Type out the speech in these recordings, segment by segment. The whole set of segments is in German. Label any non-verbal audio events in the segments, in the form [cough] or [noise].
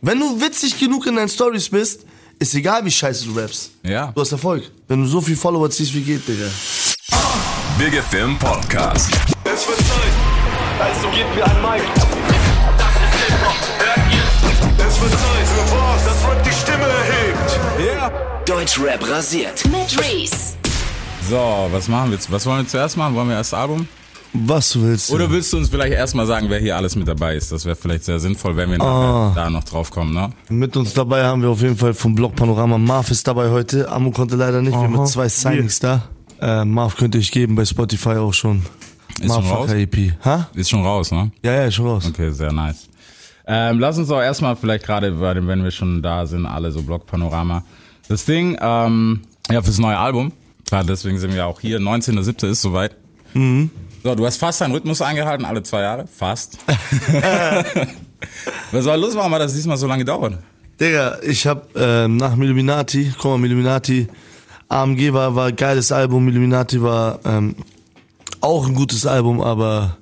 Wenn du witzig genug in deinen Stories bist, ist egal, wie scheiße du rappst. Ja. Du hast Erfolg. Wenn du so viel Follower ziehst, wie geht, Digga. Big FM Podcast. Es wird Zeit. Also gebt mir ein Mic. Das ist Hip-Hop. Hört ihr? Es wird Zeit für was, das Rap die Stimme erhebt. Deutschrap rasiert. Mit Reese. So, was machen wir jetzt? Was wollen wir zuerst machen? Wollen wir erst Album? Was du willst. Oder willst du uns vielleicht erstmal sagen, wer hier alles mit dabei ist? Das wäre vielleicht sehr sinnvoll, wenn wir nachher da noch drauf kommen, ne? Mit uns dabei haben wir auf jeden Fall vom Blog Panorama. Marv ist dabei heute. Amu konnte leider nicht. Wir haben mit zwei Signings da. Äh, Marv könnt ihr euch geben bei Spotify auch schon. Ist schon raus? EP. Ha? Ist schon raus, ne? Ja, ja, ist schon raus. Okay, sehr nice. Ähm, lass uns auch erstmal vielleicht gerade, bei dem- wenn wir schon da sind, alle so Blockpanorama. Das Ding, ähm, ja, fürs neue Album. Klar, deswegen sind wir auch hier. 19.07. ist soweit. So, du hast fast deinen Rhythmus eingehalten, alle zwei Jahre. Fast. Was soll los, warum hat das diesmal so lange gedauert? Digga, ich hab ähm, nach Milluminati, komm mal, Milluminati, AMG war, war ein geiles Album, Milluminati war ähm, auch ein gutes Album, aber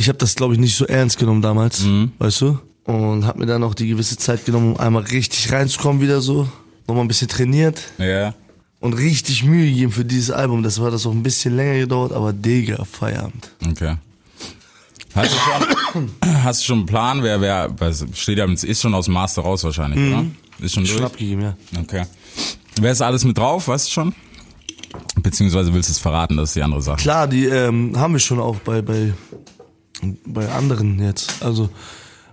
ich habe das, glaube ich, nicht so ernst genommen damals, weißt du? Und hab mir dann auch die gewisse Zeit genommen, um einmal richtig reinzukommen wieder so, nochmal ein bisschen trainiert Ja. und richtig Mühe gegeben für dieses Album. Das war das auch ein bisschen länger gedauert, aber Digga, Feierabend. Okay. Hast du schon, hast du schon einen Plan, wer, wer, was steht ja, ist schon aus dem Master raus wahrscheinlich, oder? Ist schon durch? Schon abgegeben, ja. Okay. Wer ist alles mit drauf, weißt du schon? Beziehungsweise willst du es verraten, das ist die andere Sache. Klar, die ähm, haben wir schon auch bei, bei, bei anderen jetzt. Also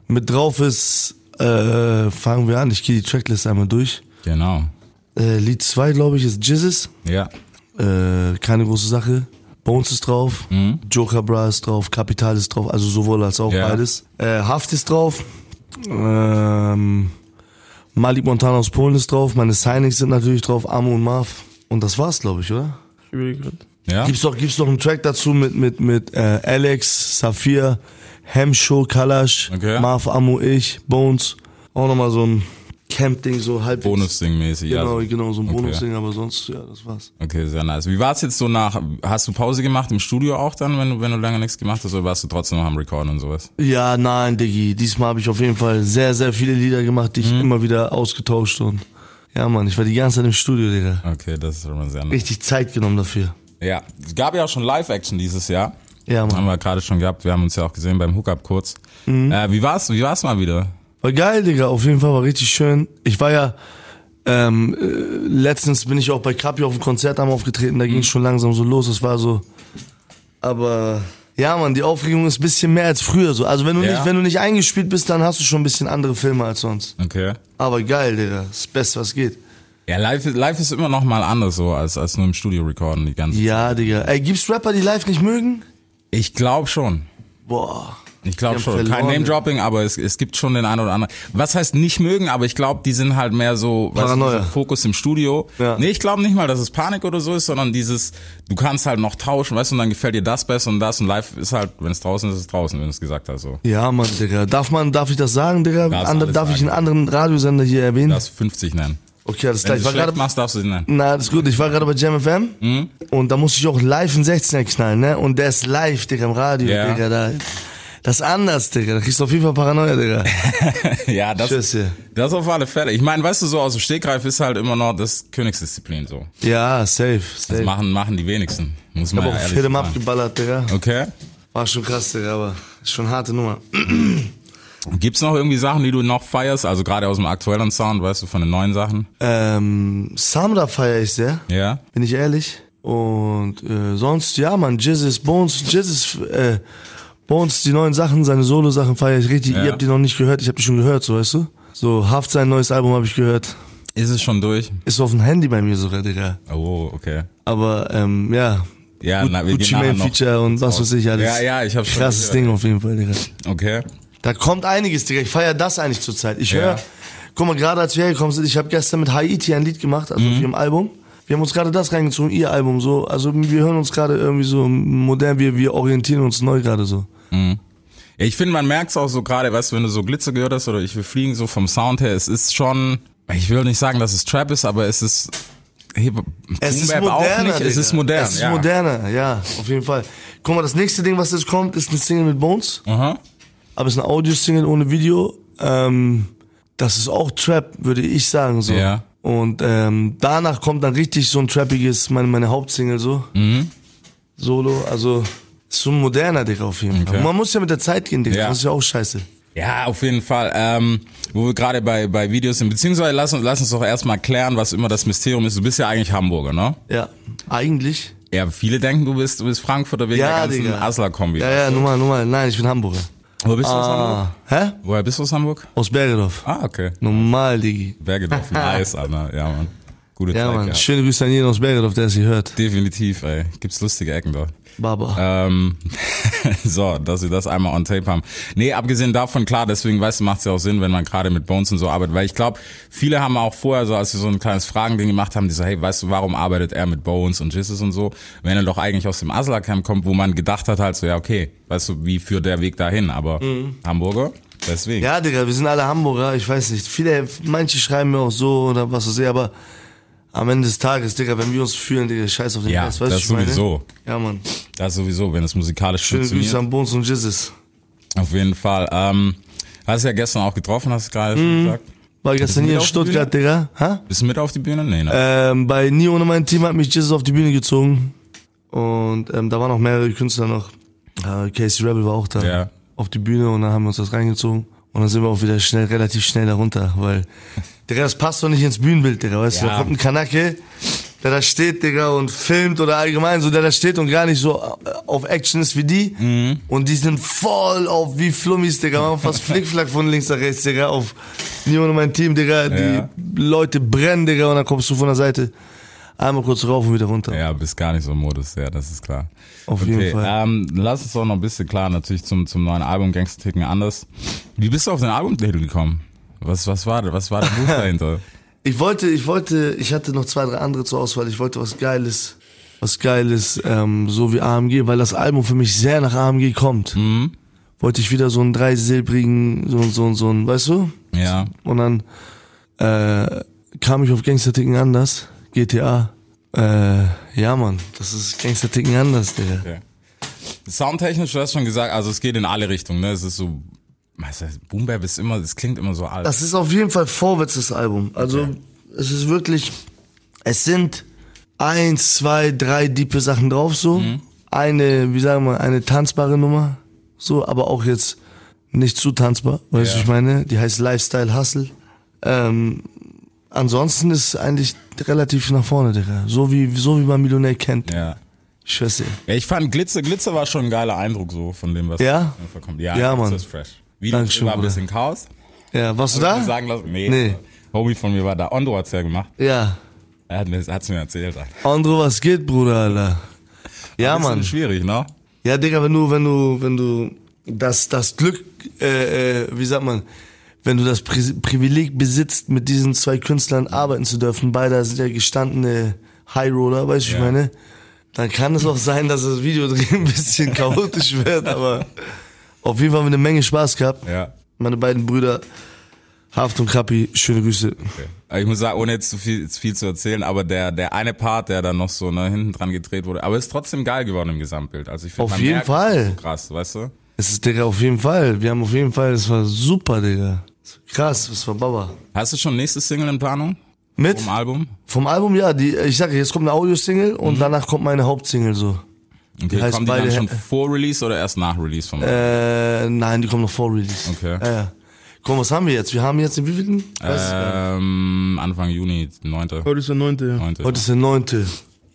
mit drauf ist, äh, fangen wir an, ich gehe die Tracklist einmal durch. Genau. Äh, Lied 2, glaube ich, ist Jizzes. Ja. Äh, keine große Sache. Bones ist drauf, Joker Bra ist drauf, Kapital ist drauf, also sowohl als auch Ja. beides. Äh, Haft ist drauf, ähm, Malik Montana aus Polen ist drauf, meine Signings sind natürlich drauf, Amo und Marv. Und das war's, glaube ich, oder? Ich überlege gerade. Ja. Gibt's doch, gibt's doch einen Track dazu mit, mit, mit äh, Alex, Safir, Hemshow, Kalash, Okay. Marv, Amo, ich, Bones. Auch nochmal so ein Camp-Ding, so halb. Bonusding-mäßig. Genau, ja. genau, so ein Okay. Bonus-Ding, aber sonst, ja, das war's. Okay, sehr nice. Wie war es jetzt so nach, hast du Pause gemacht im Studio auch dann, wenn du, wenn du lange nichts gemacht hast, oder warst du trotzdem noch am Recorden und sowas? Ja, nein, Diggi, diesmal habe ich auf jeden Fall sehr, sehr viele Lieder gemacht, die ich Mhm. immer wieder ausgetauscht und. Ja, Mann, ich war die ganze Zeit im Studio, Digga. Okay, das ist schon mal sehr nice. Richtig Zeit genommen dafür. Ja. Es gab ja auch schon Live-Action dieses Jahr. Ja, Haben Mann. Mhm. wir gerade schon gehabt. Wir haben uns ja auch gesehen beim Hookup kurz. Äh, wie war's? Wie war's mal wieder? War geil, Digga, auf jeden Fall war richtig schön. Ich war ja, ähm, äh, letztens bin ich auch bei Kapi auf dem Konzert am aufgetreten, da ging es Mhm. schon langsam so los, es war so, aber, ja, Mann, die Aufregung ist ein bisschen mehr als früher so. Also wenn du Ja. nicht, wenn du nicht eingespielt bist, dann hast du schon ein bisschen andere Filme als sonst. Okay. Aber geil, Digga, das Beste, was geht. Ja, live, live ist immer noch mal anders so, als, als nur im Studio recorden die ganze Ja, Digga. Ey, gibt's Rapper, die live nicht mögen? Ich glaube schon. Boah. Ich glaube Die haben schon. Kein verloren. Name-Dropping, aber es, es gibt schon den einen oder anderen. Was heißt nicht mögen, aber ich glaube, die sind halt mehr so, weißt du, Paranoia. dieser Fokus im Studio. Ja. Nee, ich glaube nicht mal, dass es Panik oder so ist, sondern dieses, du kannst halt noch tauschen, weißt du, und dann gefällt dir das besser und das und live ist halt, wenn es draußen ist, ist es draußen, wenn du es gesagt hast, so. Ja, Mann, Digga. Darf man, darf ich das sagen, Digga? Darfst Ander, alles darf ich sagen. einen anderen Radiosender hier erwähnen? Das 50 nennen. okay, alles Wenn Hm. klar. Ich du es war schlecht gerade. machst, darfst du sie nennen. [laughs] Na, das ist gut. Ich war gerade bei Jam FM Hm? und da musste ich auch live einen 16er knallen, ne? Und der ist live, Digga, im Radio, Ja. Digga. Da, das ist anders, Digga. Da kriegst du auf jeden Fall Paranoia, Digga. ja, das, Tschüss, ja. das auf alle Fälle. Ich meine, weißt du, so aus dem Stegreif ist halt immer noch das Königsdisziplin, so. ja, safe, Das safe. Ich machen, machen die wenigsten. Muss man hab ja auch ehrlich Film sagen. abgeballert, Digga. Okay. War schon krass, Digga, aber ist schon eine harte Nummer. Gibt's noch irgendwie Sachen, die du noch feierst? Also gerade aus dem aktuellen Sound, weißt du, von den neuen Sachen? Ähm, Samra feier ich sehr. Ja. bin ich ehrlich. Und äh, sonst, ja, man, Jizzes, Bones, Jizzes, äh, Bones, die neuen Sachen, seine Solo-Sachen feiere ich richtig. Ja. Ihr habt die noch nicht gehört, ich habe die schon gehört, so weißt du. So, Haft sein neues Album habe ich gehört. Ist es schon durch? Ist auf dem Handy bei mir sogar, Digga. Oh, okay. Aber, ähm, ja. Ja, Gu- na, wir Gucci gehen nachher Mane noch. Feature und was weiß ich alles. Ja, ja, ich hab's schon Krasses gehört. Ding auf jeden Fall, Digga. Okay. Da kommt einiges, Digga. Ich feiere das eigentlich zurzeit. Ich Ja. höre, guck mal, gerade als wir hergekommen sind, ich habe gestern mit Haiti ein Lied gemacht, Mhm. also auf ihrem Album. Wir haben uns gerade das reingezogen, ihr Album so. Also wir hören uns gerade irgendwie so modern, wir, wir orientieren uns neu gerade so. Ja, ich finde, man merkt's auch so gerade, weißt du, wenn du so Glitzer gehört hast oder ich will fliegen, so vom Sound her, es ist schon, ich will nicht sagen, dass es Trap ist, aber es ist, Hip- Es Boom ist Bap moderner, auch nicht, es Digga. ist modern. Es ist ja. moderner, ja, auf jeden Fall. Guck mal, das nächste Ding, was jetzt kommt, ist eine Single mit Bones. Aha. Aber es ist eine Audio-Single ohne Video. Ähm, das ist auch Trap, würde ich sagen so. Ja. Und ähm, danach kommt dann richtig so ein trappiges, meine, meine Hauptsingle so. Mhm. Solo, also ist schon moderner, Digga, auf jeden Fall. Okay. Und man muss ja mit der Zeit gehen, Digga, Ja. das ist ja auch scheiße. Ja, auf jeden Fall. Ähm, wo wir gerade bei, bei Videos sind, beziehungsweise lass uns, lass uns doch erstmal klären, was immer das Mysterium ist. Du bist ja eigentlich Hamburger, ne? Ja, eigentlich. Ja, viele denken, du bist, du bist Frankfurter wegen Ja, der ganzen Digga. Asler-Kombi. Ja, ja, normal, normal. Nein, ich bin Hamburger. Wo bist du aus Hamburg? Ah, hä? Woher bist du aus Hamburg? Aus Bergedorf. Ah, okay. Normal, Digi. [laughs] Bergedorf, nice, Anna. Ja, Mann. Gute Ja, Zeit Mann. gehabt. Schöne Grüße an jeden aus Bergedorf, der es hier hört. Definitiv, ey. Gibt's lustige Ecken dort. Baba. Ähm, [laughs] so, dass wir das einmal on tape haben. Nee, abgesehen davon, klar, deswegen, weißt du, macht es ja auch Sinn, wenn man gerade mit Bones und so arbeitet, weil ich glaube, viele haben auch vorher, so als wir so ein kleines Fragending gemacht haben, die so, hey, weißt du, warum arbeitet er mit Bones und Jizzes und so, wenn er doch eigentlich aus dem Asla Camp kommt, wo man gedacht hat halt so, ja, okay, weißt du, wie führt der Weg dahin, aber Hamburger, deswegen. Ja, Digga, wir sind alle Hamburger, ich weiß nicht. Viele, manche schreiben mir auch so oder was weiß ich, aber am Ende des Tages, Digga, wenn wir uns fühlen, Digga, scheiß auf den Ja, Rest, weißt du, das ich meine? sowieso. Ja, Mann. Das sowieso, wenn es musikalisch Schöne funktioniert. Grüße an Bones und Jizzes. Auf jeden Fall. Ähm, hast du ja gestern auch getroffen, hast du gerade schon gesagt. War gestern wieder hier in auf die Stuttgart, Digga. Ha? Bist du mit auf die Bühne? Nee, ne? Ähm, bei Nie ohne mein Team hat mich Jizzes auf die Bühne gezogen. Und ähm, da waren auch mehrere Künstler noch. Äh, Casey Rebel war auch da Ja. auf die Bühne und dann haben wir uns das reingezogen. Und dann sind wir auch wieder schnell, relativ schnell da runter, weil, Digga, das passt doch nicht ins Bühnenbild, Digga, weißt du, Ja. da kommt ein Kanake, der da steht, Digga, und filmt oder allgemein so, der da steht und gar nicht so äh, auf Action ist wie die. Mhm. Und die sind voll auf wie Flummis, Digga, machen fast Flickflack von links nach rechts, Digga, auf Nion und mein Team, Digga, die Ja. Leute brennen, Digga, und dann kommst du von der Seite einmal kurz rauf und wieder runter. Ja, bist gar nicht so im Modus, ja, das ist klar. Auf jeden Fall. Ähm, lass uns doch noch ein bisschen klar, natürlich zum, zum neuen Album Gangster Ticken anders. Wie bist du auf den Albumtitel gekommen? Was, was war, was war der [laughs] Buch dahinter? Ich wollte, ich wollte, ich hatte noch zwei, drei andere zur Auswahl. Ich wollte was Geiles, was Geiles, ähm, so wie AMG, weil das Album für mich sehr nach AMG kommt. Wollte ich wieder so einen dreisilbrigen, so, so, so, ein, weißt du? Ja, Und dann äh, kam ich auf Gangster-Ticken anders, GTA. Äh, ja, Mann, das ist Gangster-Ticken anders, Digga. okay. Soundtechnisch, du hast schon gesagt, also es geht in alle Richtungen, ne? Es ist so, was heißt, Boom Bap ist immer, es klingt immer so alt. Das ist auf jeden Fall vorwärts das Album. Also Okay. es ist wirklich, es sind eins, zwei, drei diepe Sachen drauf so. Mhm. Eine, wie sagen wir, eine tanzbare Nummer so, aber auch jetzt nicht zu tanzbar, weißt du, Ja. ich meine? Die heißt Lifestyle Hustle. Ähm, ansonsten ist eigentlich relativ nach vorne, Digga. So wie, so wie man Millionär kennt. ja. Ich schwör's dir. ja. Ich fand Glitzer, Glitzer war schon ein geiler Eindruck so von dem, was Ja? kommt. Ja, Ja, Glitzer Mann. ist fresh. Wie Dankeschön, war ein Bruder. bisschen Chaos. Ja, warst du Hab ich mir da? Sagen lassen. Nee. Nee. Homie von mir war da. Ondo hat's ja gemacht. Ja. Er hat mir, hat's mir erzählt. Andro, was geht, Bruder, Alter? Ja, Bisschen Ah, Mann. schwierig, ne? Ja, Digga, wenn du, wenn du, wenn du das, das Glück, äh, äh, wie sagt man, wenn du das Pri Privileg besitzt, mit diesen zwei Künstlern arbeiten zu dürfen, beide sind ja gestandene Highroller, weißt du, Ja. ich meine, dann kann es auch sein, dass das Video [laughs] ein bisschen chaotisch wird, aber auf jeden Fall haben wir eine Menge Spaß gehabt. Ja. Meine beiden Brüder, Haft und Kappi, schöne Grüße. Okay. Ich muss sagen, ohne jetzt zu viel, zu viel zu erzählen, aber der, der eine Part, der dann noch so ne, hinten dran gedreht wurde, aber ist trotzdem geil geworden im Gesamtbild. Also ich find, Auf man jeden merkt, Fall. das ist So krass, weißt du? Es ist, Digga, auf jeden Fall. Wir haben auf jeden Fall, es war super, Digga. Krass, das war Baba. Hast du schon nächstes Single in Planung? Mit? Vom Album? Vom Album, ja, die, ich sage, jetzt kommt eine Audiosingle und danach kommt meine Hauptsingle so. Okay, heißt kommen die dann beide- schon vor Release oder erst nach Release vom Album? Äh, nein, die kommen noch vor Release. Okay. Ja, ja. Komm, was haben wir jetzt? Wir haben jetzt den wievielten? Weiß ich gar nicht. Ähm, Anfang Juni, 9. Heute ist der neunte. Ja. Neunte. Heute ist der neunte.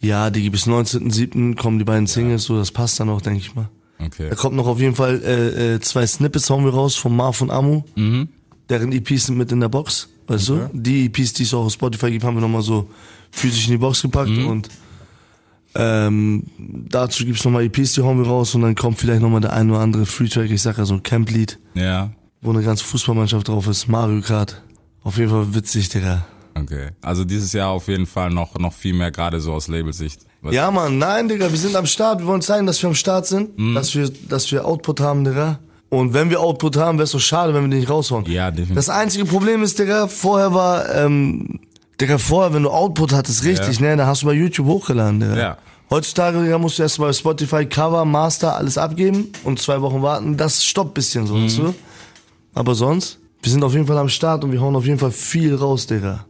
Ja, die bis 19.07. kommen die beiden Singles, so, das passt dann auch, denke ich mal. Okay. Da kommt noch auf jeden Fall äh, äh, zwei Snippets hauen wir raus von Marv und Amu. Deren EPs sind mit in der Box, weißt du? Die EPs, die es auch auf Spotify gibt, haben wir nochmal so physisch in die Box gepackt und ähm, dazu gibt's nochmal EPs, die hauen wir raus und dann kommt vielleicht nochmal der ein oder andere Free-Track, ich sag ja so ein Camp-Lied, Ja. wo eine ganze Fußballmannschaft drauf ist, Mario Kart. Auf jeden Fall witzig, Digga. Okay. Also dieses Jahr auf jeden Fall noch, noch viel mehr gerade so aus Labelsicht. Was- Ja, Mann, nein, Digga, wir sind am Start. Wir wollen zeigen, dass wir am Start sind, Mhm. dass, wir, dass wir Output haben, Digga. Und wenn wir Output haben, wäre es doch schade, wenn wir den nicht raushauen. Ja, definitiv. Das einzige Problem ist, Digga, vorher war, ähm, Digga, vorher, wenn du Output hattest, richtig, ne, da hast du bei YouTube hochgeladen, Digga. Ja. Heutzutage, Digga, musst du erstmal Spotify, Cover, Mhm. Master, alles abgeben und zwei Wochen warten. Das stoppt bisschen so, weißt du? Aber sonst, Wir sind auf jeden Fall am Start und wir hauen auf jeden Fall viel raus, Digga.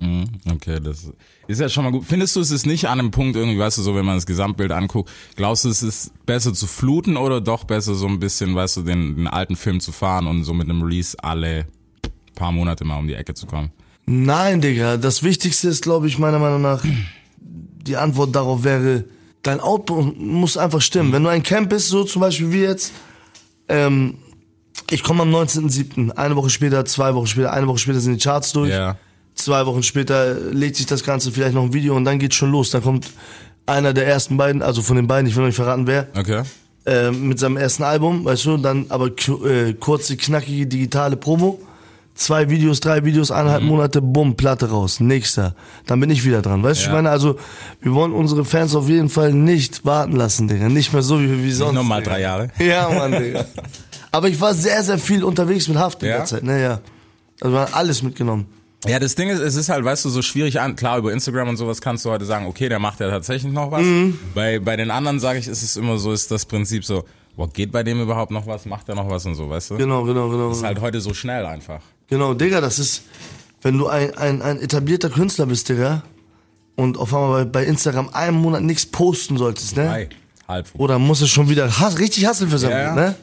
Okay, das ist ja schon mal gut. Findest du, es ist nicht an einem Punkt irgendwie, weißt du, so wenn man das Gesamtbild anguckt, glaubst du, es ist besser zu fluten oder doch besser so ein bisschen, weißt du, den, den alten Film zu fahren und so mit einem Release alle paar Monate mal um die Ecke zu kommen? Nein, Digga. Das Wichtigste ist, glaube ich, meiner Meinung nach, die Antwort darauf wäre, dein Output muss einfach stimmen. Wenn du ein Camp bist, so zum Beispiel wie jetzt, ähm, ich komme am 19.07., eine Woche später, zwei Wochen später, eine Woche später sind die Charts durch. Ja. Zwei Wochen später legt sich das Ganze vielleicht noch ein Video und dann geht's schon los. Dann kommt einer der ersten beiden, also von den beiden, ich will noch nicht verraten wer, Okay. äh, mit seinem ersten Album, weißt du, dann aber ku- äh, kurze, knackige digitale Promo. Zwei Videos, drei Videos, eineinhalb Mhm. Monate, bumm, Platte raus, nächster. Dann bin ich wieder dran. Weißt du, Ja. ich meine, also, wir wollen unsere Fans auf jeden Fall nicht warten lassen, Digga. Nicht mehr so wie, wie sonst. Nochmal Digga. drei Jahre. [laughs] Ja, Mann, Digga. Aber ich war sehr, sehr viel unterwegs mit Haft in Ja? der Zeit, ne, ja. Also, wir haben alles mitgenommen. Ja, das Ding ist, es ist halt, weißt du, so schwierig an. Klar, über Instagram und sowas kannst du heute sagen, okay, der macht ja tatsächlich noch was. Mhm. Bei, bei den anderen, sage ich, ist es immer so, ist das Prinzip so, boah, geht bei dem überhaupt noch was? Macht er noch was und so, weißt du? Genau, genau, genau. Ist halt heute so schnell einfach. Genau, Digga, das ist, wenn du ein, ein, ein etablierter Künstler bist, Digga, und auf einmal bei, bei Instagram einen Monat nichts posten solltest, ne? Hi, halb. Oder muss es schon wieder has, richtig Hassel versammeln, Ja, ja. ne?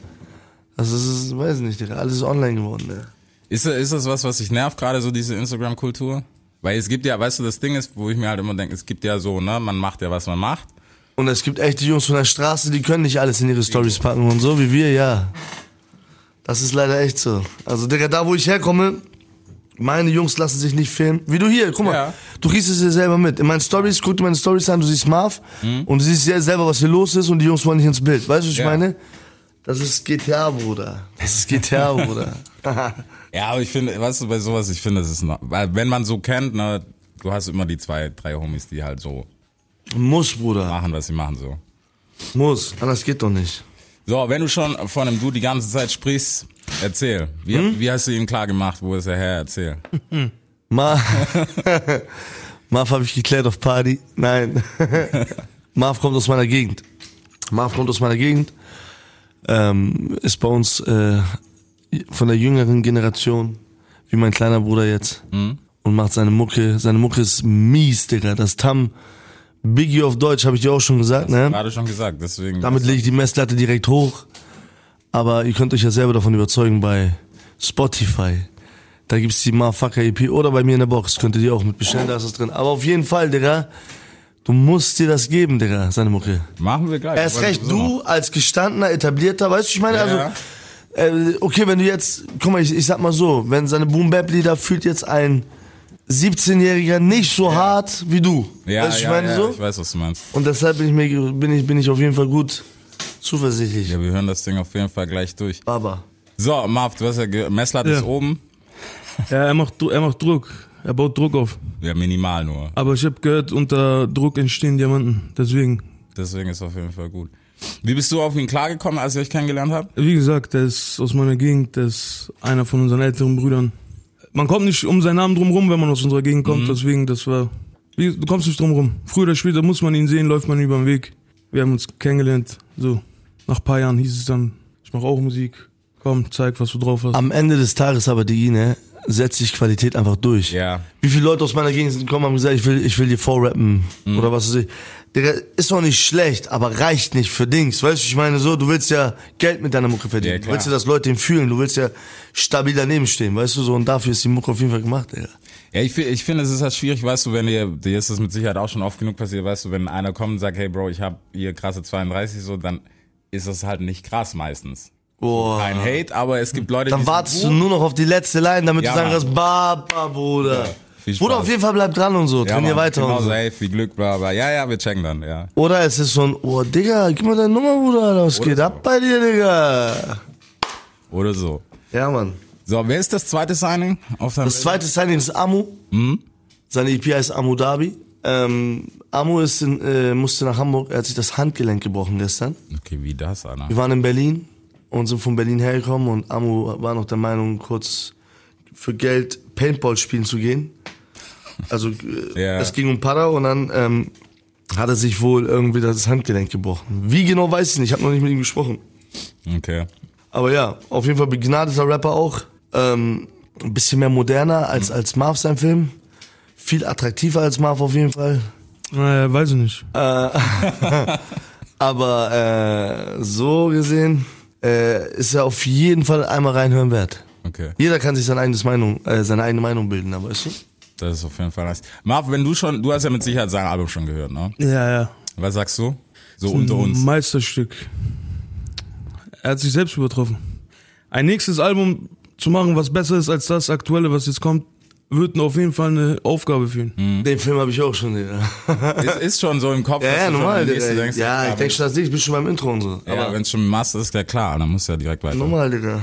Also das ist, weiß nicht, Digga, alles ist online geworden, ne? Ist, ist das was, was dich nervt, gerade so diese Instagram-Kultur? Weil es gibt ja, weißt du, das Ding ist, wo ich mir halt immer denke, es gibt ja so, ne, man macht ja, was man macht. Und es gibt echte Jungs von der Straße, die können nicht alles in ihre Stories packen und so wie wir, ja. Das ist leider echt so. Also, Digga, da wo ich herkomme, meine Jungs lassen sich nicht filmen. Wie du hier, guck mal. Ja. Du riechst es dir selber mit. In meinen Stories, guck dir meine Stories an, du siehst Marv und du siehst ja selber, was hier los ist und die Jungs wollen nicht ins Bild. Weißt du, was ich Hm. Ja. meine? Das ist GTA, Bruder. Das ist GTA, [laughs] Bruder. Ja, aber ich finde, weißt du, bei sowas, ich finde, es ist, noch- weil wenn man so kennt, ne, du hast immer die zwei, drei Homies, die halt so Muss, Bruder. machen, was sie machen, so. Muss. Anders geht doch nicht. So, wenn du schon von einem Du die ganze Zeit sprichst, erzähl. Wie, Hm? wie hast du ihm klar gemacht, wo ist er her? Erzähl. Ma [laughs] Marv habe ich geklärt auf Party. Nein. Marv kommt aus meiner Gegend. Marv kommt aus meiner Gegend. Ähm, ist bei uns äh, von der jüngeren Generation, wie mein kleiner Bruder jetzt. Und macht seine Mucke. Seine Mucke ist mies, Digga. Das Tam Biggie auf Deutsch, habe ich dir auch schon gesagt, ne? Gerade schon gesagt, deswegen. Damit lege ich die Messlatte direkt hoch. Aber ihr könnt euch ja selber davon überzeugen bei Spotify. Da gibt's die Motherfucker EP oder bei mir in der Box. Könnt ihr die auch mitbestellen, da ist es drin. Aber auf jeden Fall, Digga, du musst dir das geben, Digga, seine Mucke. machen wir gleich. Erst Wollte recht, ich sowieso du als gestandener, etablierter, weißt du, ich meine, Ja, also, ja. äh, okay, wenn du jetzt, guck mal, ich, ich sag mal so, wenn seine Boom Bap Lieder fühlt jetzt ein 17-Jähriger nicht so hart wie du. noch. Ja, weißt du, ja, ich meine ja, so? ich weiß, was du meinst. Und deshalb bin ich, mir, bin, ich, bin ich auf jeden Fall gut zuversichtlich. Ja, wir hören das Ding auf jeden Fall gleich durch. Baba. So, Marv, du hast ja ge- Messlatte Ja. ist oben. Ja, er macht, Dru- er macht Druck. Er baut Druck auf. Ja, minimal nur. Aber ich habe gehört, unter Druck entstehen Diamanten. Deswegen, Deswegen ist auf jeden Fall gut. Wie bist du auf ihn klargekommen, als ihr euch kennengelernt habt? wie gesagt, der ist aus meiner Gegend, der ist einer von unseren älteren Brüdern. Man kommt nicht um seinen Namen drum rum, wenn man aus unserer Gegend kommt. Deswegen, das war, wie, du kommst nicht drum rum. Früher oder später muss man ihn sehen, läuft man über den Weg. Wir haben uns kennengelernt. So, nach paar Jahren hieß es dann, ich mache auch Musik. Komm, zeig, was du drauf hast. Am Ende des Tages aber, Digi, ne, setzt sich Qualität einfach durch. Ja. Wie viele Leute aus meiner Gegend sind gekommen und haben gesagt, ich will, ich will dir vorrappen Mhm. oder was weiß ich. Digga, ist doch nicht schlecht, aber reicht nicht für Dings. Weißt du, ich meine so, du willst ja Geld mit deiner Mucke verdienen. Ja, du klar. willst ja, dass Leute ihn fühlen. Du willst ja stabil daneben stehen, weißt du so. Und dafür ist die Mucke auf jeden Fall gemacht, Digga. Ja, ich, fi- ich finde, es ist halt schwierig, weißt du, wenn dir, dir ist das mit Sicherheit auch schon oft genug passiert, weißt du, wenn einer kommt und sagt, hey Bro, ich hab hier krasse 32, so, dann ist das halt nicht krass meistens. Boah. Ein Hate, aber es gibt Leute, die Dann sind wartest gut. du nur noch auf die letzte Line, damit Ja, du sagen Mann. kannst, Baba, Bruder. viel Bruder, Spaß. auf jeden Fall bleib dran und so. ja, Trainier Mann, weiter Genau, und so. safe, viel Glück, bla, bla. Ja, ja, wir checken dann, ja. Oder es ist so ein, oh Digga, gib mir deine Nummer, Bruder, Alter. was geht ab bei dir, Digga? Oder so. Ja, Mann. So, wer ist das zweite Signing? Auf deinem Das zweite Signing ist Amu. Mhm. Seine EP heißt Amu Dhabi. Ähm, Amu ist in, äh, musste nach Hamburg, er hat sich das Handgelenk gebrochen gestern. Okay, wie das, Anna? Wir waren in Berlin und sind von Berlin hergekommen und Amu war noch der Meinung, kurz für Geld Paintball spielen zu gehen. Also äh, Ja. es ging um Para und dann ähm, hat er sich wohl irgendwie das Handgelenk gebrochen. Wie genau weiß ich nicht, ich habe noch nicht mit ihm gesprochen. Okay. Aber ja, auf jeden Fall begnadeter Rapper auch. Ähm, ein bisschen mehr moderner als, als Marv sein Film. Viel attraktiver als Marv auf jeden Fall. Äh, weiß ich nicht. Aber äh, so gesehen äh, ist er auf jeden Fall einmal reinhören wert. Okay. Jeder kann sich seine, eigenes Meinung, äh, seine eigene Meinung bilden, aber weißt du? Das ist auf jeden Fall nice. Marv, wenn du schon, du hast ja mit Sicherheit sein Album schon gehört, ne? Ja, ja. Was sagst du? So unter uns. Meisterstück. Er hat sich selbst übertroffen. Ein nächstes Album zu machen, was besser ist als das aktuelle, was jetzt kommt, wird auf jeden Fall eine Aufgabe für ihn. Mhm. Den Film habe ich auch schon. Ja, Es ist schon so im Kopf. ja, dass ja du schon normal. an die nächste Digga. denkst. ja, ich Aber- denke schon das nicht. Ich bin schon beim Intro und so. Aber Ja, wenn es schon Masse ist, ja klar, dann muss ja direkt weiter. normal, Digga.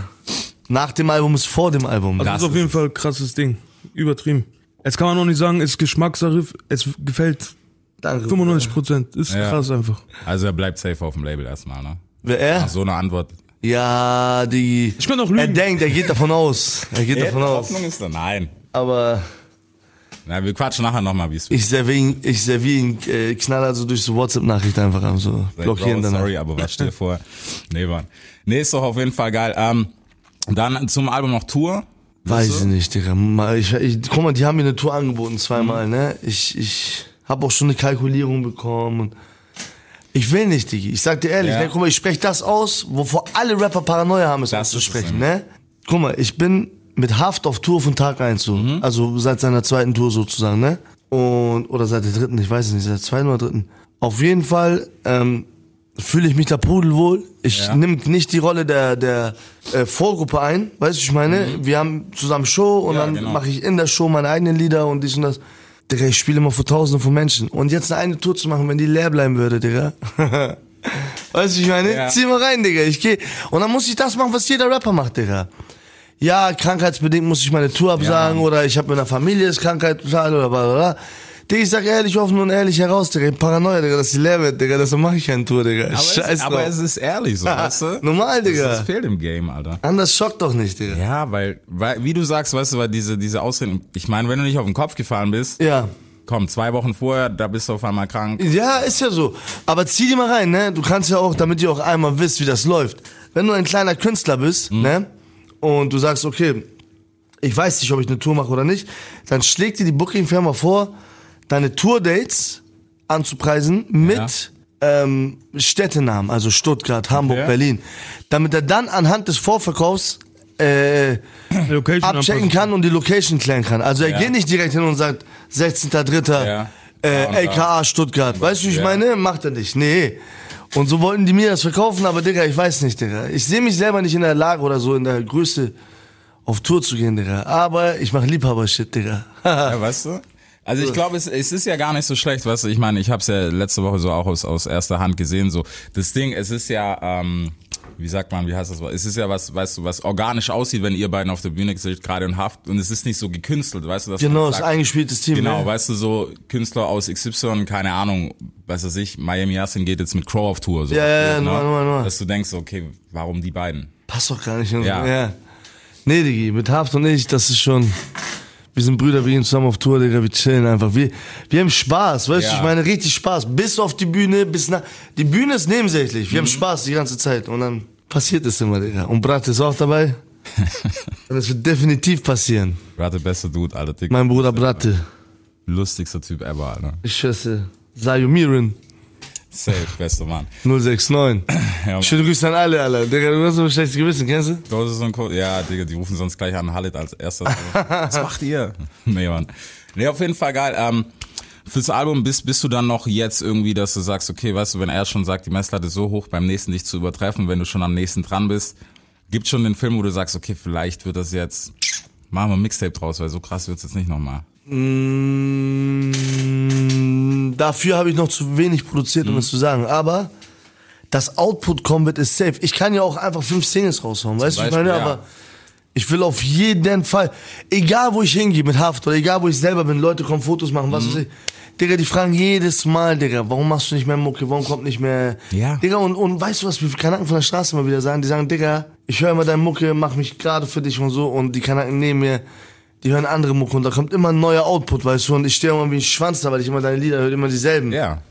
Nach dem Album ist vor dem Album. Das, Das ist auf jeden Fall ein krasses Ding. Übertrieben. Jetzt kann man noch nicht sagen, ist Geschmackssache, es gefällt Danke. 95 Prozent. Ist Ja. krass einfach. Also er bleibt safe auf dem Label erstmal, ne? Wer er? So eine Antwort. Ja, die. Ich kann auch Er lügen. denkt, er geht davon aus. Er [laughs] geht davon aus. Hoffnung ist da. Nein. Aber Na, wir quatschen nachher nochmal, wie es ich serviere ihn, ich serviere ihn äh, knaller so durch so WhatsApp-Nachricht einfach am so Sei blockieren Bro, danach. oh, Sorry, aber was steht [laughs] dir vor? Nee, Mann. Nee, ist doch auf jeden Fall geil. Ähm, dann zum Album noch Tour. Weiß Weißt ich du? nicht, Digga. Mal, Ich, ich, guck mal, die haben mir eine Tour angeboten zweimal, Mhm. ne? Ich, ich habe auch schon eine Kalkulierung bekommen. Und ich will nicht, Digi. Ich sag dir ehrlich, Ja. ne? Guck mal, ich spreche das aus, wovor alle Rapper Paranoia haben, es Das ist es auszusprechen, nämlich. ne? Guck mal, ich bin mit Haft auf Tour von Tag 1 so. Mhm. Also seit seiner zweiten Tour sozusagen, ne? Und, oder seit der dritten, ich weiß es nicht, seit der zweiten oder dritten. Auf jeden Fall, ähm, fühle ich mich da pudelwohl. Ich Ja. nimm nicht die Rolle der, der äh, Vorgruppe ein, weißt du, ich meine, wir haben zusammen Show und Mhm. Ja, dann genau. mache ich in der Show meine eigenen Lieder und dies und das. Digga, ich spiele immer vor Tausenden von Menschen. Und jetzt eine Tour zu machen, wenn die leer bleiben würde, Digga. [laughs] weißt du, ich meine, Ja. zieh mal rein, Digga, ich gehe. Und dann muss ich das machen, was jeder Rapper macht, Digga. Ja, krankheitsbedingt muss ich meine Tour absagen Mann. oder ich habe mit einer Familie ist Krankheit bezahlt oder bla bla bla. Digga, ich sag ehrlich, offen und ehrlich heraus, Digga. Paranoia, Digga, dass die leer wird, Digga. Deshalb mache ich keine Tour, Digga. Aber, Scheiß es, aber drauf. es [laughs] ist ehrlich so, weißt du? Normal, Digga. Das, das fehlt im Game, Alter. Anders schockt doch nicht, Digga. Ja, weil, weil, wie du sagst, weißt du, weil diese, diese Ausreden, ich meine, wenn du nicht auf den Kopf gefahren bist, Ja. komm, zwei Wochen vorher, da bist du auf einmal krank. Ja, ist ja so. Aber zieh die mal rein, ne? Du kannst ja auch, damit ihr auch einmal wisst, wie das läuft. Wenn du ein kleiner Künstler bist, ne? Und du sagst, okay, ich weiß nicht, ob ich eine Tour mache oder nicht, dann schlägt dir die Booking-Firma vor, deine Tour-Dates anzupreisen mit ähm, Städtenamen, also Stuttgart, Hamburg, Okay. Berlin. Damit er dann anhand des Vorverkaufs äh, Location abchecken anpassen. kann und die Location klären kann. Also er Ja. geht nicht direkt hin und sagt, 16.3. Ja. Äh, Ja, und LKA Stuttgart. Weißt du, wie ich Ja. meine? Macht er nicht. Nee. Und so wollten die mir das verkaufen, aber Digga, ich weiß nicht, Digga. Ich sehe mich selber nicht in der Lage oder so in der Größe auf Tour zu gehen, Digga. Aber ich mache Liebhaber-Shit, Digga. [laughs] Ja, weißt du? Also ich glaube, es, es ist ja gar nicht so schlecht, weißt du, ich meine, ich habe es ja letzte Woche so auch aus, aus erster Hand gesehen, so das Ding, es ist ja, ähm, wie sagt man, wie heißt das, Wort? es ist ja was, weißt du, was organisch aussieht, wenn ihr beiden auf der Bühne seid, gerade in Haft und es ist nicht so gekünstelt, weißt du, dass man genau, ist sagt, eingespieltes Team. Genau, ne? weißt du, so Künstler aus XY, keine Ahnung, was weiß ich, Miami Yassin geht jetzt mit Crow auf Tour, so. Ja, ja, ja, ne? nur, nur, nur. Dass du denkst, okay, warum die beiden? Passt doch gar nicht. in- Ja. ja. Nee, Digi, mit Haft und ich, das ist schon. Wir sind Brüder, wir gehen zusammen auf Tour, Digga, wir chillen einfach. Wir, wir haben Spaß, weißt du, Ja. ich meine, richtig Spaß. Bis auf die Bühne, bis nach. Die Bühne ist nebensächlich. Mhm. Wir haben Spaß die ganze Zeit. Und dann passiert es immer, Digga. Und Brat ist auch [laughs] dabei. und es wird definitiv passieren. Gerade der beste Dude, Alter, Dick, Mein Bruder Bratte. lustigster Typ ever, Alter. Ich schätze. Sayumirin Safe, [laughs] bester Mann. 069. Ja, Mann. Schöne Grüße an alle, Alter. Digga, du hast so ein schlechtes Gewissen, kennst du? Das ist so ein Co ja, Digga, die rufen sonst gleich an Halit als erstes. [laughs] Was macht ihr? [laughs] Nee, Mann. Nee, auf jeden Fall geil. Ähm, fürs Album bist, bist du dann noch jetzt irgendwie, dass du sagst, okay, weißt du, wenn er schon sagt, die Messlatte ist so hoch, beim nächsten dich zu übertreffen, wenn du schon am nächsten dran bist, gibt schon den Film, wo du sagst, okay, vielleicht wird das jetzt, machen wir ein Mixtape draus, weil so krass wird's jetzt nicht nochmal. Mm, Dafür habe ich noch zu wenig produziert, Mhm. um es zu sagen. Aber das Output kommen wird, ist safe. Ich kann ja auch einfach fünf Singles raushauen, weißt du, ich Beispiel, meine, ja. aber ich will auf jeden Fall, egal wo ich hingehe mit Haft oder egal wo ich selber bin, Leute kommen Fotos machen, Mhm. was weiß ich. Digga, die fragen jedes Mal, Digga, warum machst du nicht mehr Mucke, warum kommt nicht mehr. Ja. Digga, und, und weißt du, was wir Kanaken von der Straße immer wieder sagen? Die sagen, Digga, ich höre immer deine Mucke, mach mich gerade für dich und so. Und die Kanaken neben mir, die hören andere Hm. Mucke und da kommt immer ein neuer Output, weißt du. Und ich stehe immer wie ein Schwanz da, weil ich immer deine Lieder höre, immer dieselben. Ja.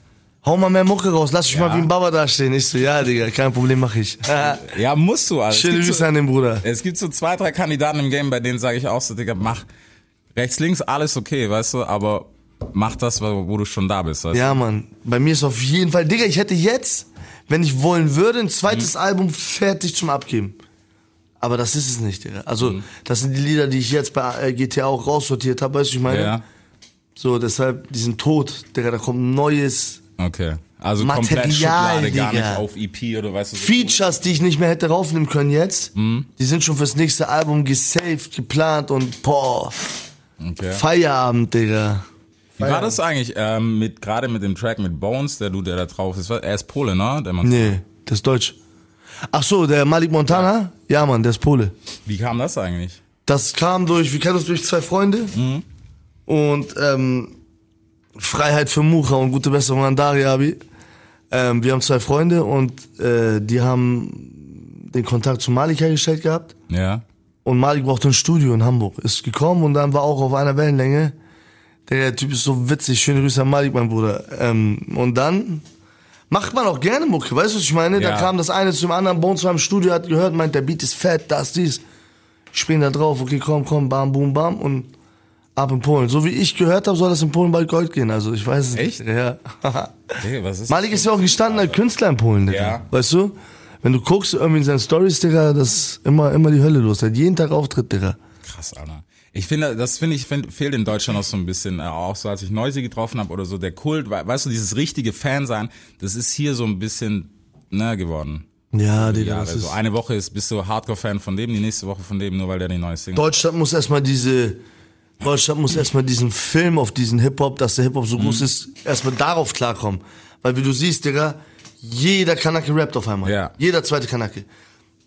Hau mal mehr Mucke raus, lass dich Ja. mal wie ein Baba dastehen. Ich so, ja, Digga, kein Problem, mach [laughs] ich. Ja, musst du, Alter. Es Schöne gibt Grüße so, an den Bruder. es gibt so zwei, drei Kandidaten im Game, bei denen sage ich auch so, Digga, mach rechts, links, alles okay, weißt du, aber mach das, wo wo du schon da bist, weißt du. Ja, Mann. Bei mir ist auf jeden Fall, Digga, ich hätte jetzt, wenn ich wollen würde, ein zweites Album fertig zum Abgeben. Aber das ist es nicht, Digga. Also, das sind die Lieder, die ich jetzt bei äh, GTA auch raussortiert habe, weißt du, ich meine? Ja, So, deshalb, die sind tot, Digga, da kommt ein neues okay. Also komplett Material, Schublade, gar Digga. nicht auf EP oder weißt du. so- Features, die ich nicht mehr hätte raufnehmen können jetzt. Die sind schon fürs nächste Album gesaved, geplant und boah, Okay. Feierabend, Digga. Wie war das eigentlich ähm, mit gerade mit dem Track mit Bones, der du der da drauf ist? Er ist Pole, ne? Der Mann. Nee, das ist deutsch. Ach so, der Malik Montana? Ja, Mann, der ist Pole. Wie kam das eigentlich? Das kam durch, wir kennen uns durch zwei Freunde. Und ähm, Freiheit für Mucha und gute Besserung an Dariabi. Ähm, wir haben zwei Freunde und äh, die haben den Kontakt zu Malik hergestellt gehabt. Ja. Und Malik brauchte ein Studio in Hamburg. Ist gekommen und dann war auch auf einer Wellenlänge. Der, der Typ ist so witzig. Schöne Grüße an Malik, mein Bruder. Ähm, und dann macht man auch gerne Mucke. Weißt du, was ich meine? Ja. Da kam das eine zum anderen. Bones war im Studio, hat gehört, meint, der Beat ist fett, das, dies. Spielen da drauf. Okay, komm, komm, bam, boom, bam. Und ab in Polen. So wie ich gehört habe, soll das in Polen bald Gold gehen. Also ich weiß es Echt? nicht. Ja. [laughs] Hey, was ist Malik ist ja auch ein gestandener Künstler in Polen, Digga. Ja. Weißt du? Wenn du guckst, irgendwie in seinen Stories, Digga, das ist immer, immer die Hölle los. Der hat jeden Tag Auftritt, Digga. krass, Alter. Ich finde, das finde ich find, fehlt in Deutschland auch so ein bisschen. äh, Auch so, als ich Noisy getroffen habe oder so, der Kult, we- weißt du, dieses richtige Fan sein, das ist hier so ein bisschen ne geworden. Ja, Digga, Ja, das ist. also eine Woche ist, bist du Hardcore-Fan von dem, die nächste Woche von dem, nur weil der die neue Single. Deutschland muss erstmal diese. Deutschland muss erstmal diesen Film auf diesen Hip-Hop, dass der Hip-Hop Mhm. so groß ist, erstmal darauf klarkommen. Weil wie du siehst, Digga, jeder Kanake rappt auf einmal. Ja. Jeder zweite Kanake.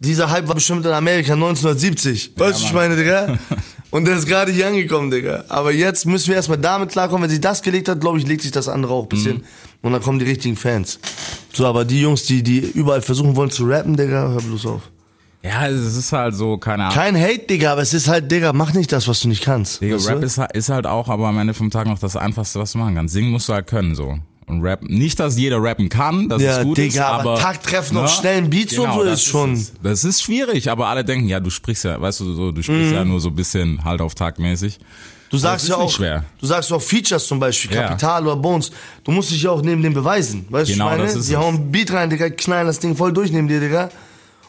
Dieser Hype war bestimmt in Amerika 1970. Weißt du, was ich Mann. meine, [laughs] Digga? Und der ist gerade hier angekommen, Digga. Aber jetzt müssen wir erstmal damit klarkommen. Wenn sie das gelegt hat, glaube ich, legt sich das andere auch ein bisschen. Mhm. Und dann kommen die richtigen Fans. So, aber die Jungs, die, die überall versuchen wollen zu rappen, Digga, hör bloß auf. Ja, es ist halt so, keine Ahnung. Kein Hate, Digga, aber es ist halt, Digga, mach nicht das, was du nicht kannst. Digga, weißt Rap du? ist, halt- ist halt auch aber am Ende vom Tag noch das Einfachste, was du machen kannst. Singen musst du halt können, so. Und rappen. Nicht, dass jeder rappen kann, das Ja, ist gut. Digga, ist, aber aber ne? Genau, Takt treffen auf schnellen Beats und so das ist schon- es. Das ist schwierig, aber alle denken, ja, du sprichst ja, weißt du, so, du sprichst Mhm. ja nur so ein bisschen halt auf taktmäßig. Du sagst ist ja nicht auch, schwer. du sagst ja auch Features zum Beispiel, Ja. Kapital oder Bones. Du musst dich ja auch neben dem beweisen, weißt du? Genau, ich meine? das ist Die es. hauen einen Beat rein, Digga, knallen das Ding voll durch neben dir, Digga.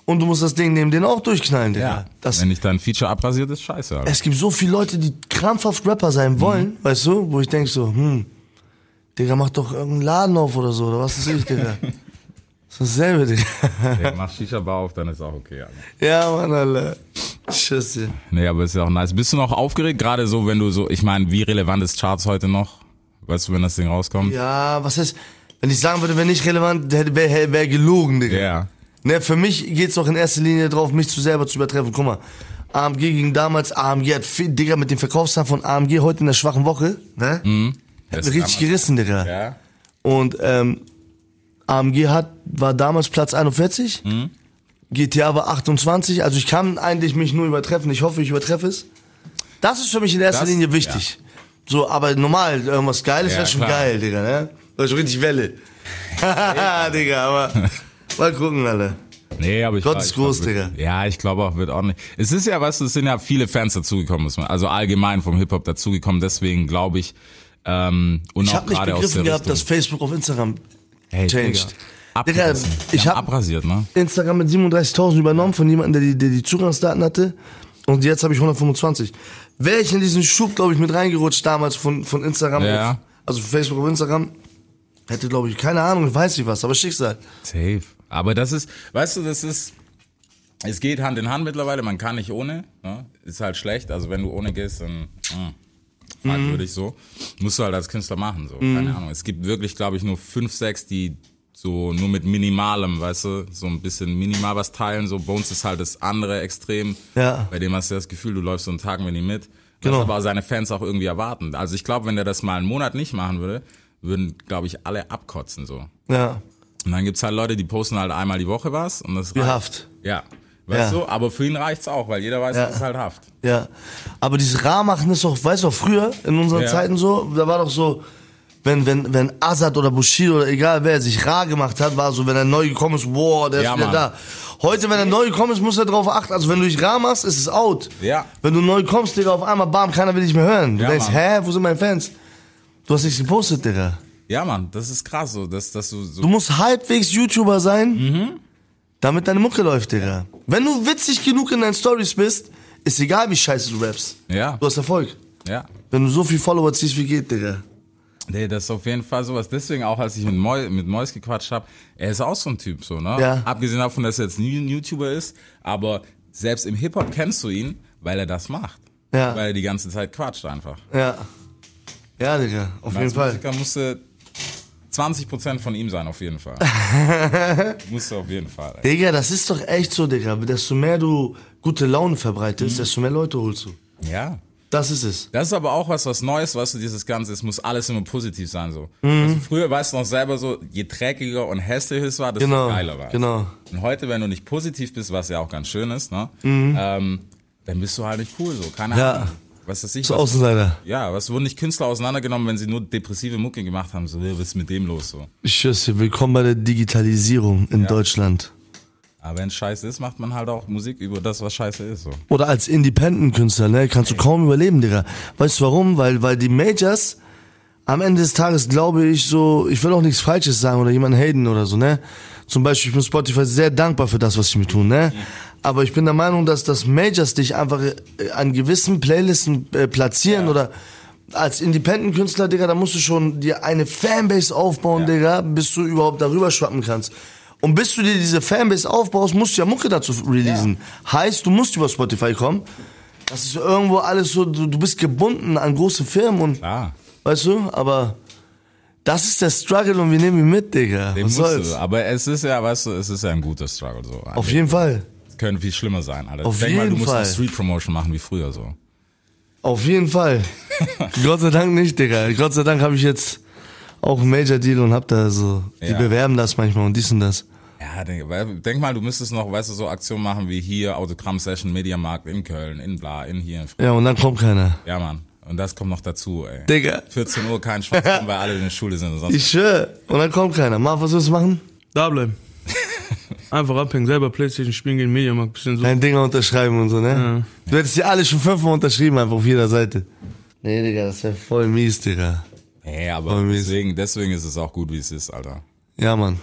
Und du musst das Ding neben denen auch durchknallen, Digga. Das, Wenn dich dein Feature abrasiert, ist [laughs] scheiße. Alter. es gibt so viele Leute, die krampfhaft Rapper Mhm. sein wollen, weißt du? Wo ich denk so, hm, Digga, mach doch irgendeinen Laden auf oder so, oder was weiß ich, [laughs] Digga. das ist dasselbe, Digga. Ey, mach Shisha-Bar auf, dann ist auch okay. Alter. ja, Mann, Alter. Tschüss dir. Nee, aber ist ja auch nice. Bist du noch aufgeregt? Gerade so, wenn du so, ich meine, wie relevant ist Charts heute noch? Weißt du, wenn das Ding rauskommt? Ja, was heißt, wenn ich sagen würde, wäre nicht relevant, wäre wär, wär gelogen, Digga. Ja. Ne, für mich geht's doch in erster Linie drauf, mich zu selber zu übertreffen. Guck mal, AMG ging damals, AMG hat viel, Digga, mit dem Verkaufszahlen von AMG heute in der schwachen Woche, ne? Hat Das richtig Mhm, damals- gerissen, Digga. Ja. Und ähm, AMG hat, war damals Platz 41, Mhm. GTA war 28, also ich kann eigentlich mich nur übertreffen. Ich hoffe, ich übertreffe es. Das ist für mich in erster Das- Linie wichtig. So, aber normal, irgendwas Geiles Ja, wäre schon klar. geil, Digga, ne? War schon richtig [laughs] Welle. Haha, Digga, aber mal gucken, alle. Nee, aber ich Gott glaub- ist ich glaub, groß, wird- Digga. Ja, ich glaube auch, wird ordentlich. Es ist ja, weißt du, es sind ja viele Fans dazugekommen, muss man- also allgemein vom Hip-Hop dazugekommen, deswegen glaube ich, ähm, und Ich auch habe nicht gerade aus der begriffen gehabt, dass Richtung. Facebook auf Instagram hey, changed. Digga, Digga, ich ich hab hab- abrasiert, ne? Instagram mit 37.000 übernommen von jemandem, der die, der die Zugangsdaten hatte. Und jetzt habe ich 125. Wäre ich in diesen Schub, glaube ich, mit reingerutscht damals von, von Instagram, Ja. auf, also von Facebook auf Instagram, hätte, glaube ich, keine Ahnung, ich weiß nicht was, aber Schicksal. Safe. Aber das ist, weißt du, das ist, es geht Hand in Hand mittlerweile, man kann nicht ohne, ne? ist halt schlecht, also wenn du ohne gehst, dann mh, Mhm. fragwürdig so, musst du halt als Künstler machen, so, keine Ahnung. Es gibt wirklich, glaube ich, nur fünf, sechs, die so nur mit minimalem, weißt du, so ein bisschen minimal was teilen, so Bones ist halt das andere Extrem, Ja. bei dem hast du das Gefühl, du läufst so einen Tag mit ihm mit, Genau. was aber seine Fans auch irgendwie erwarten. Also ich glaube, wenn der das mal einen Monat nicht machen würde, würden, glaube ich, alle abkotzen, so. Ja, Und dann gibt's halt Leute, die posten halt einmal die Woche was und das wie reicht. Haft. Ja. Weißt Ja. du, aber für ihn reicht's auch, weil jeder weiß, Ja. das ist halt Haft. Ja. Aber dieses Rar machen ist doch, weißt du, auch früher in unseren Ja. Zeiten so, da war doch so, wenn, wenn, wenn Azad oder Bushido oder egal wer sich rar gemacht hat, war so, wenn er neu gekommen ist, boah, der ist Ja, wieder Mann. da. Heute, wenn er neu gekommen ist, muss er drauf achten. Also wenn du dich rar machst, ist es out. Ja. Wenn du neu kommst, Digga, auf einmal, bam, keiner will dich mehr hören. Du Ja, denkst, Mann. hä, wo sind meine Fans? Du hast nichts gepostet, Digga. Ja, Mann, das ist krass so, dass, dass du so. Du musst halbwegs YouTuber sein, Mhm. damit deine Mucke läuft, Digga. Wenn du witzig genug in deinen Stories bist, ist egal, wie scheiße du rappst. Ja, Du hast Erfolg. ja. Wenn du so viel Follower ziehst, wie geht, Digga. Nee, das ist auf jeden Fall sowas. Deswegen auch, als ich mit, Mois, mit Mois gequatscht habe, er ist auch so ein Typ, so, ne? Ja. Abgesehen davon, dass er jetzt nie ein YouTuber ist, aber selbst im Hip-Hop kennst du ihn, weil er das macht. Ja. Weil er die ganze Zeit quatscht einfach. Ja. Ja, Digga, auf jeden Als Fall. Musiker musste 20% von ihm sein, auf jeden Fall. [laughs] musste auf jeden Fall. Ey. Digga, das ist doch echt so, Digga. Desto mehr du gute Laune verbreitest, Mhm. desto mehr Leute holst du. Ja. Das ist es. Das ist aber auch was, was Neues, weißt du, dieses Ganze, es muss alles immer positiv sein, so. Mhm. Also früher weißt du noch selber so, je dreckiger und hässlicher es war, desto Genau. geiler war es. Genau. Und heute, wenn du nicht positiv bist, was ja auch ganz schön ist, ne? Ähm, dann bist du halt nicht cool, so. Keine Mhm. Ja. Ahnung. Was weiß ich. Zu Was, Außenseiter. ja, was wurden nicht Künstler auseinandergenommen, wenn sie nur depressive Mucke gemacht haben, so, "Ey, was ist mit dem los, so. Ich schwör's dir, willkommen bei der Digitalisierung in Deutschland. Aber wenn scheiße ist, macht man halt auch Musik über das, was scheiße ist, so. Oder als Independent-Künstler, ne? Kannst du kaum überleben, Digga. Weißt du warum? Weil, weil die Majors am Ende des Tages glaube ich so, ich will auch nichts Falsches sagen oder jemanden haten oder so, ne? Zum Beispiel, ich bin Spotify sehr dankbar für das, was sie mir tun, ne? Aber ich bin der Meinung, dass das Majors dich einfach äh, an gewissen Playlisten äh, platzieren oder als Independent-Künstler, Digga, da musst du schon dir eine Fanbase aufbauen, Digga, bis du überhaupt darüber schwappen kannst. Und bis du dir diese Fanbase aufbaust, musst du ja Mucke dazu releasen. Heißt, du musst über Spotify kommen. Das ist irgendwo alles so, du, du bist gebunden an große Firmen und Klar. Weißt du? Aber das ist der Struggle und wir nehmen ihn mit, Digga. Den Was musst soll's? du. Aber es ist ja, weißt du, es ist ja ein guter Struggle, so. Auf jeden Fall. Könnte viel schlimmer sein, Alter. Auf Denk mal, du jeden musst Fall. eine Street Promotion machen wie früher, so. [laughs] Auf jeden Fall. Gott sei Dank nicht, Digga. Gott sei Dank habe ich jetzt auch einen Major Deal und hab da so. Die Ja. bewerben das manchmal und dies und das. Ja, denk, weil- denk mal, du müsstest noch, weißt du, so Aktionen machen wie hier, Autogramm-Session, Mediamarkt in Köln, in Bla, in hier. In Fr- Ja, und dann kommt keiner. ja, Mann. Und das kommt noch dazu, ey. Digga. 14 Uhr kein Schwarz, [laughs] weil alle in der Schule sind und sonst. Ich schwör. Und dann kommt keiner. Marv, was willst du machen? [laughs] Da bleiben. Einfach abhängen, selber Playstation spielen gehen, Mediamarkt, bisschen so. Dein Dinger unterschreiben und so, ne? Du hättest die alle schon fünfmal unterschrieben, einfach auf jeder Seite. Nee, Digga, das wäre voll mies, Digga. Hey, aber Voll mies. deswegen, deswegen ist es auch gut, wie es ist, Alter. Ja, Mann.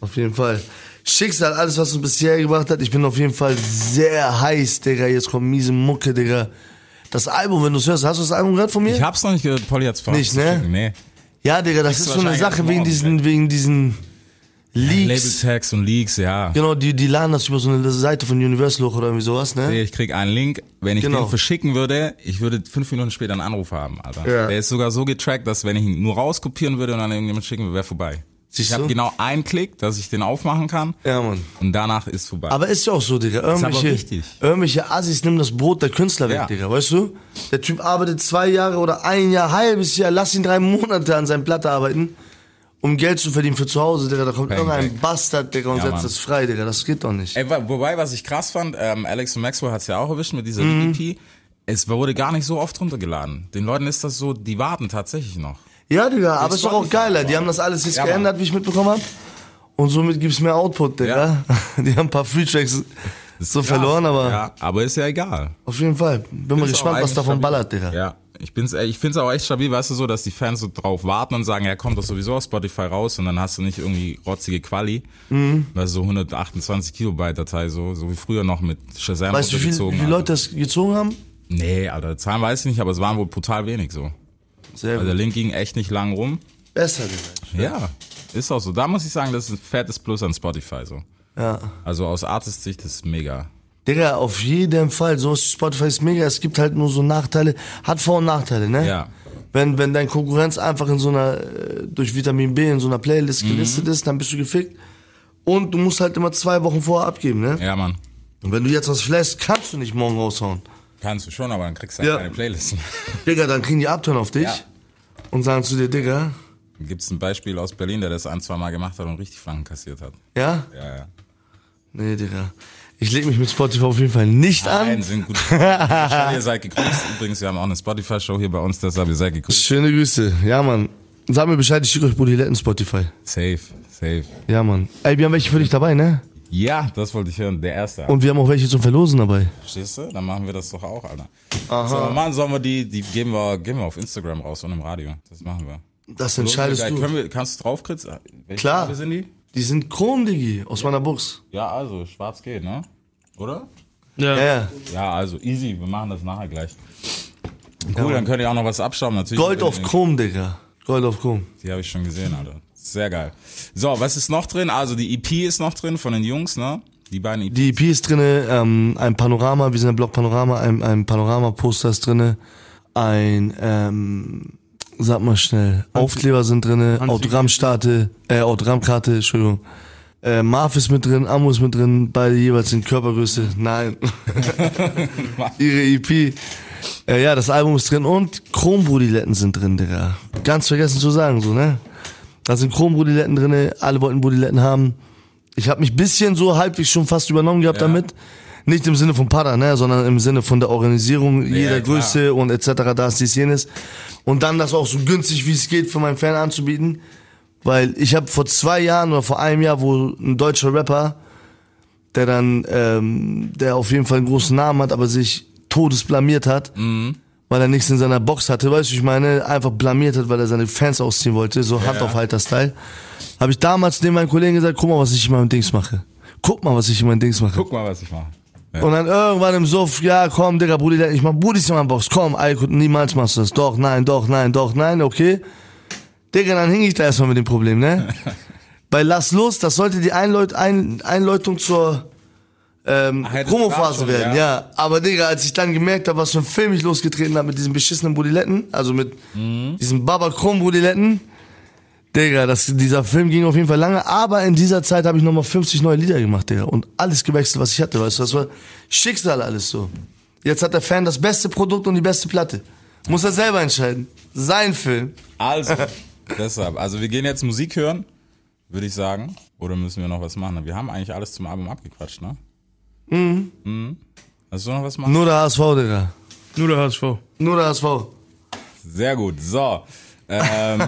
Auf jeden Fall. Schicksal, alles, was uns bisher gebracht hat. Ich bin auf jeden Fall sehr heiß, Digga. Jetzt kommt miese Mucke, Digga. Das Album, wenn du es hörst, hast du das Album gehört von mir? Ich hab's noch nicht gehört, Polly hat's verraten. Nicht, ne? Nee. ja, Digga, das ist so eine wahrscheinlich Sache wegen morgen, diesen, wegen diesen Leaks. Label-Tags und Leaks, ja. genau, die, die laden das über so eine Seite von Universal hoch oder irgendwie sowas, ne? Nee, ich krieg einen Link. Wenn ich Genau. den verschicken würde, ich würde fünf Minuten später einen Anruf haben, Alter. Ja. Der ist sogar so getrackt, dass wenn ich ihn nur rauskopieren würde und an irgendjemand schicken würde, wäre vorbei. Siehst ich habe du? genau einen Klick, dass ich den aufmachen kann Ja, Mann. und danach ist vorbei. Aber ist ja auch so, Digga. aber Irgendwelche, wichtig. irgendwelche Assis nehmen das Brot der Künstler weg, Ja. Digga, weißt du? Der Typ arbeitet zwei Jahre oder ein Jahr, halbes Jahr, lass ihn drei Monate an seinem Platte arbeiten, um Geld zu verdienen für zu Hause, Digga. Da kommt Bang, irgendein bang. Bastard, Digga, und Ja, setzt Mann. das frei, Digga. Das geht doch nicht. Ey, wa- wobei, was ich krass fand, ähm, Alex und Maxwell hat's ja auch erwischt mit dieser Mhm. EP. Es wurde gar nicht so oft runtergeladen. Den Leuten ist das so, die warten tatsächlich noch. ja, Digga, aber ist doch auch Spotify, geiler. Die haben das alles jetzt Ja, Mann. geändert, wie ich mitbekommen hab. Und somit gibt's mehr Output, Digga. [laughs] Die haben ein paar Free Tracks so verloren, aber Ja, aber ist ja egal. auf jeden Fall. Bin mal Ist auch gespannt, was eigentlich davon stabil. ballert, Digga. Ja, ich bin's, ey, ich find's auch echt stabil, weißt du so, dass die Fans so drauf warten und sagen, ja, kommt doch sowieso auf Spotify raus und dann hast du nicht irgendwie rotzige Quali. Mhm. Das ist so 128 Kilobyte Datei, so, so wie früher noch mit Shazam Weißt du, wie, viel, wie runtergezogen, viele Alter. Leute das gezogen haben? Nee, Alter, Zahlen weiß ich nicht, aber es waren wohl brutal wenig, so. Sehr Also der gut. Link ging echt nicht lang rum. Besser, Digga. Ja, ist auch so. Da muss ich sagen, das ist ein fettes Plus an Spotify, so. Ja. Also aus Artist-Sicht ist es mega. Digga, auf jeden Fall. So ist Spotify ist mega. Es gibt halt nur so Nachteile. Hat Vor- und Nachteile, ne? Ja. Wenn, wenn dein Konkurrenz einfach in so einer, äh, durch Vitamin B in so einer Playlist Mhm. gelistet ist, dann bist du gefickt. Und du musst halt immer zwei Wochen vorher abgeben, ne? Ja, Mann. Und wenn du jetzt was flashst, kannst du nicht morgen raushauen. Kannst du schon, aber dann kriegst du halt Ja. keine Playlist. Digga, dann kriegen die Abturn auf dich Ja. und sagen zu dir, Digga, Gibt's ein Beispiel aus Berlin, der das ein, zwei Mal gemacht hat und richtig Flanken kassiert hat. ja? Ja, ja. Nee, Digga. Ich leg mich mit Spotify auf jeden Fall nicht Nein, an. [laughs] sind gut. ihr seid gegrüßt. Übrigens, wir haben auch eine Spotify-Show hier bei uns, deshalb ihr seid gegrüßt. Schöne Grüße. Ja, Mann. Sag mir Bescheid, ich schicke euch Budiletten Spotify. Safe, safe. Ja, Mann. Ey, wir haben welche für dich dabei, ne? Ja, das wollte ich hören. Der erste. Und wir haben auch welche zum Verlosen dabei. Verstehst du? Dann machen wir das doch auch, Alter. So, Mann, sollen wir die, die geben wir, geben wir auf Instagram raus und im Radio. Das machen wir. Das entscheidest Geil. du. Können wir, kannst du drauf, Chris? Äh, Welche Klar. Farbe sind die? Die sind Chrom, Digi, aus meiner Box. Ja, also, schwarz geht, ne? Oder? Ja, ja. Ja, also, easy. Wir machen das nachher gleich. Cool, dann könnt ihr auch noch was abschauen, natürlich. Gold auf Chrom, Digga. Gold auf Chrom. Die habe ich schon gesehen, Alter. Sehr geil. So, was ist noch drin? Also, die EP ist noch drin von den Jungs, ne? Die beiden EP. Die EP ist drinne, ähm, ein Panorama, wir sind ein Block Panorama, ein, ein Panorama-Poster ist drinne, ein, ähm, sag mal schnell, Aufkleber sind drinne, Autogrammstarte, äh, Autogrammkarte, Entschuldigung. Äh, Marv ist mit drin, Amo ist mit drin, beide jeweils in Körpergröße. Nein. Ihre EP. Äh, ja, das Album ist drin und Chrombrudiletten sind drin, Digga. Ganz vergessen zu sagen, so, ne? Da sind Chrombrudiletten drinne, alle wollten Brudiletten haben. Ich habe mich bisschen so halbwegs schon fast übernommen gehabt Ja. damit. Nicht im Sinne von Pada, ne, sondern im Sinne von der Organisierung jeder ja, klar. Größe und etc. Das, dies, jenes. Und dann das auch so günstig wie es geht für meinen Fan anzubieten. Weil ich habe vor zwei Jahren oder vor einem Jahr, wo ein deutscher Rapper, der dann, ähm, der auf jeden Fall einen großen Namen hat, aber sich todesblamiert hat, Mhm. weil er nichts in seiner Box hatte, weißt du, ich meine, einfach blamiert hat, weil er seine Fans ausziehen wollte, so Hand auf Halter-Style. Habe ich damals dem meinen Kollegen gesagt, guck mal, was ich in meinem Dings mache. Guck mal, was ich in meinem Dings mache. Guck mal, was ich mache. Und dann irgendwann im Suff, ja komm, Digga, Brudi, ich mach Budis in meiner Box, komm, Alko, niemals machst du das. Doch, nein, doch, nein, doch, nein, okay. Digga, dann hing ich da erstmal mit dem Problem, [laughs] ne? Bei Lass los, das sollte die Einleut ein Einleitung zur ähm, Ah, ja, das war Promophase schon, werden, ja. ja. Aber Digga, als ich dann gemerkt habe, was für ein Film ich losgetreten habe mit diesen beschissenen Budiletten, also mit Mhm. diesen Baba Krumm Budiletten, Digga, das, dieser Film ging auf jeden Fall lange, aber in dieser Zeit habe ich nochmal 50 neue Lieder gemacht, Digga. Und alles gewechselt, was ich hatte, weißt du, das war Schicksal alles so. Jetzt hat der Fan das beste Produkt und die beste Platte. Muss er selber entscheiden. Sein Film. Also, [laughs] deshalb. Also, wir gehen jetzt Musik hören, würde ich sagen. Oder müssen wir noch was machen? Wir haben eigentlich alles zum Album abgequatscht, ne? Mhm. Hast du noch was machen? Nur der HSV, Digga. Nur der HSV. Nur der HSV. Sehr gut. So. ähm,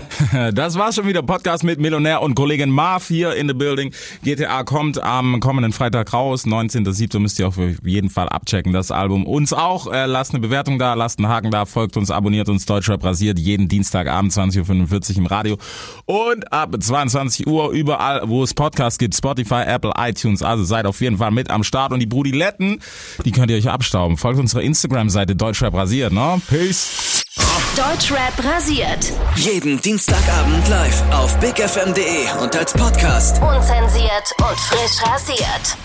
[laughs] das war schon wieder Podcast mit Millionär und Kollegin Marv hier in the building. GTA kommt am kommenden Freitag raus, 19.07. müsst ihr auf jeden Fall abchecken, das Album. Uns auch, äh, lasst eine Bewertung da, lasst einen Haken da, folgt uns, abonniert uns, Deutschrap rasiert, jeden Dienstagabend 20.45 Uhr im Radio und ab 22 Uhr überall, wo es Podcasts gibt, Spotify, Apple, iTunes, also seid auf jeden Fall mit am Start und die Brudiletten, die könnt ihr euch abstauben. Folgt unserer Instagram-Seite Deutschrap rasiert, ne? Peace! Deutschrap rasiert. Jeden Dienstagabend live auf bigfm.de und als Podcast. Unzensiert und frisch rasiert.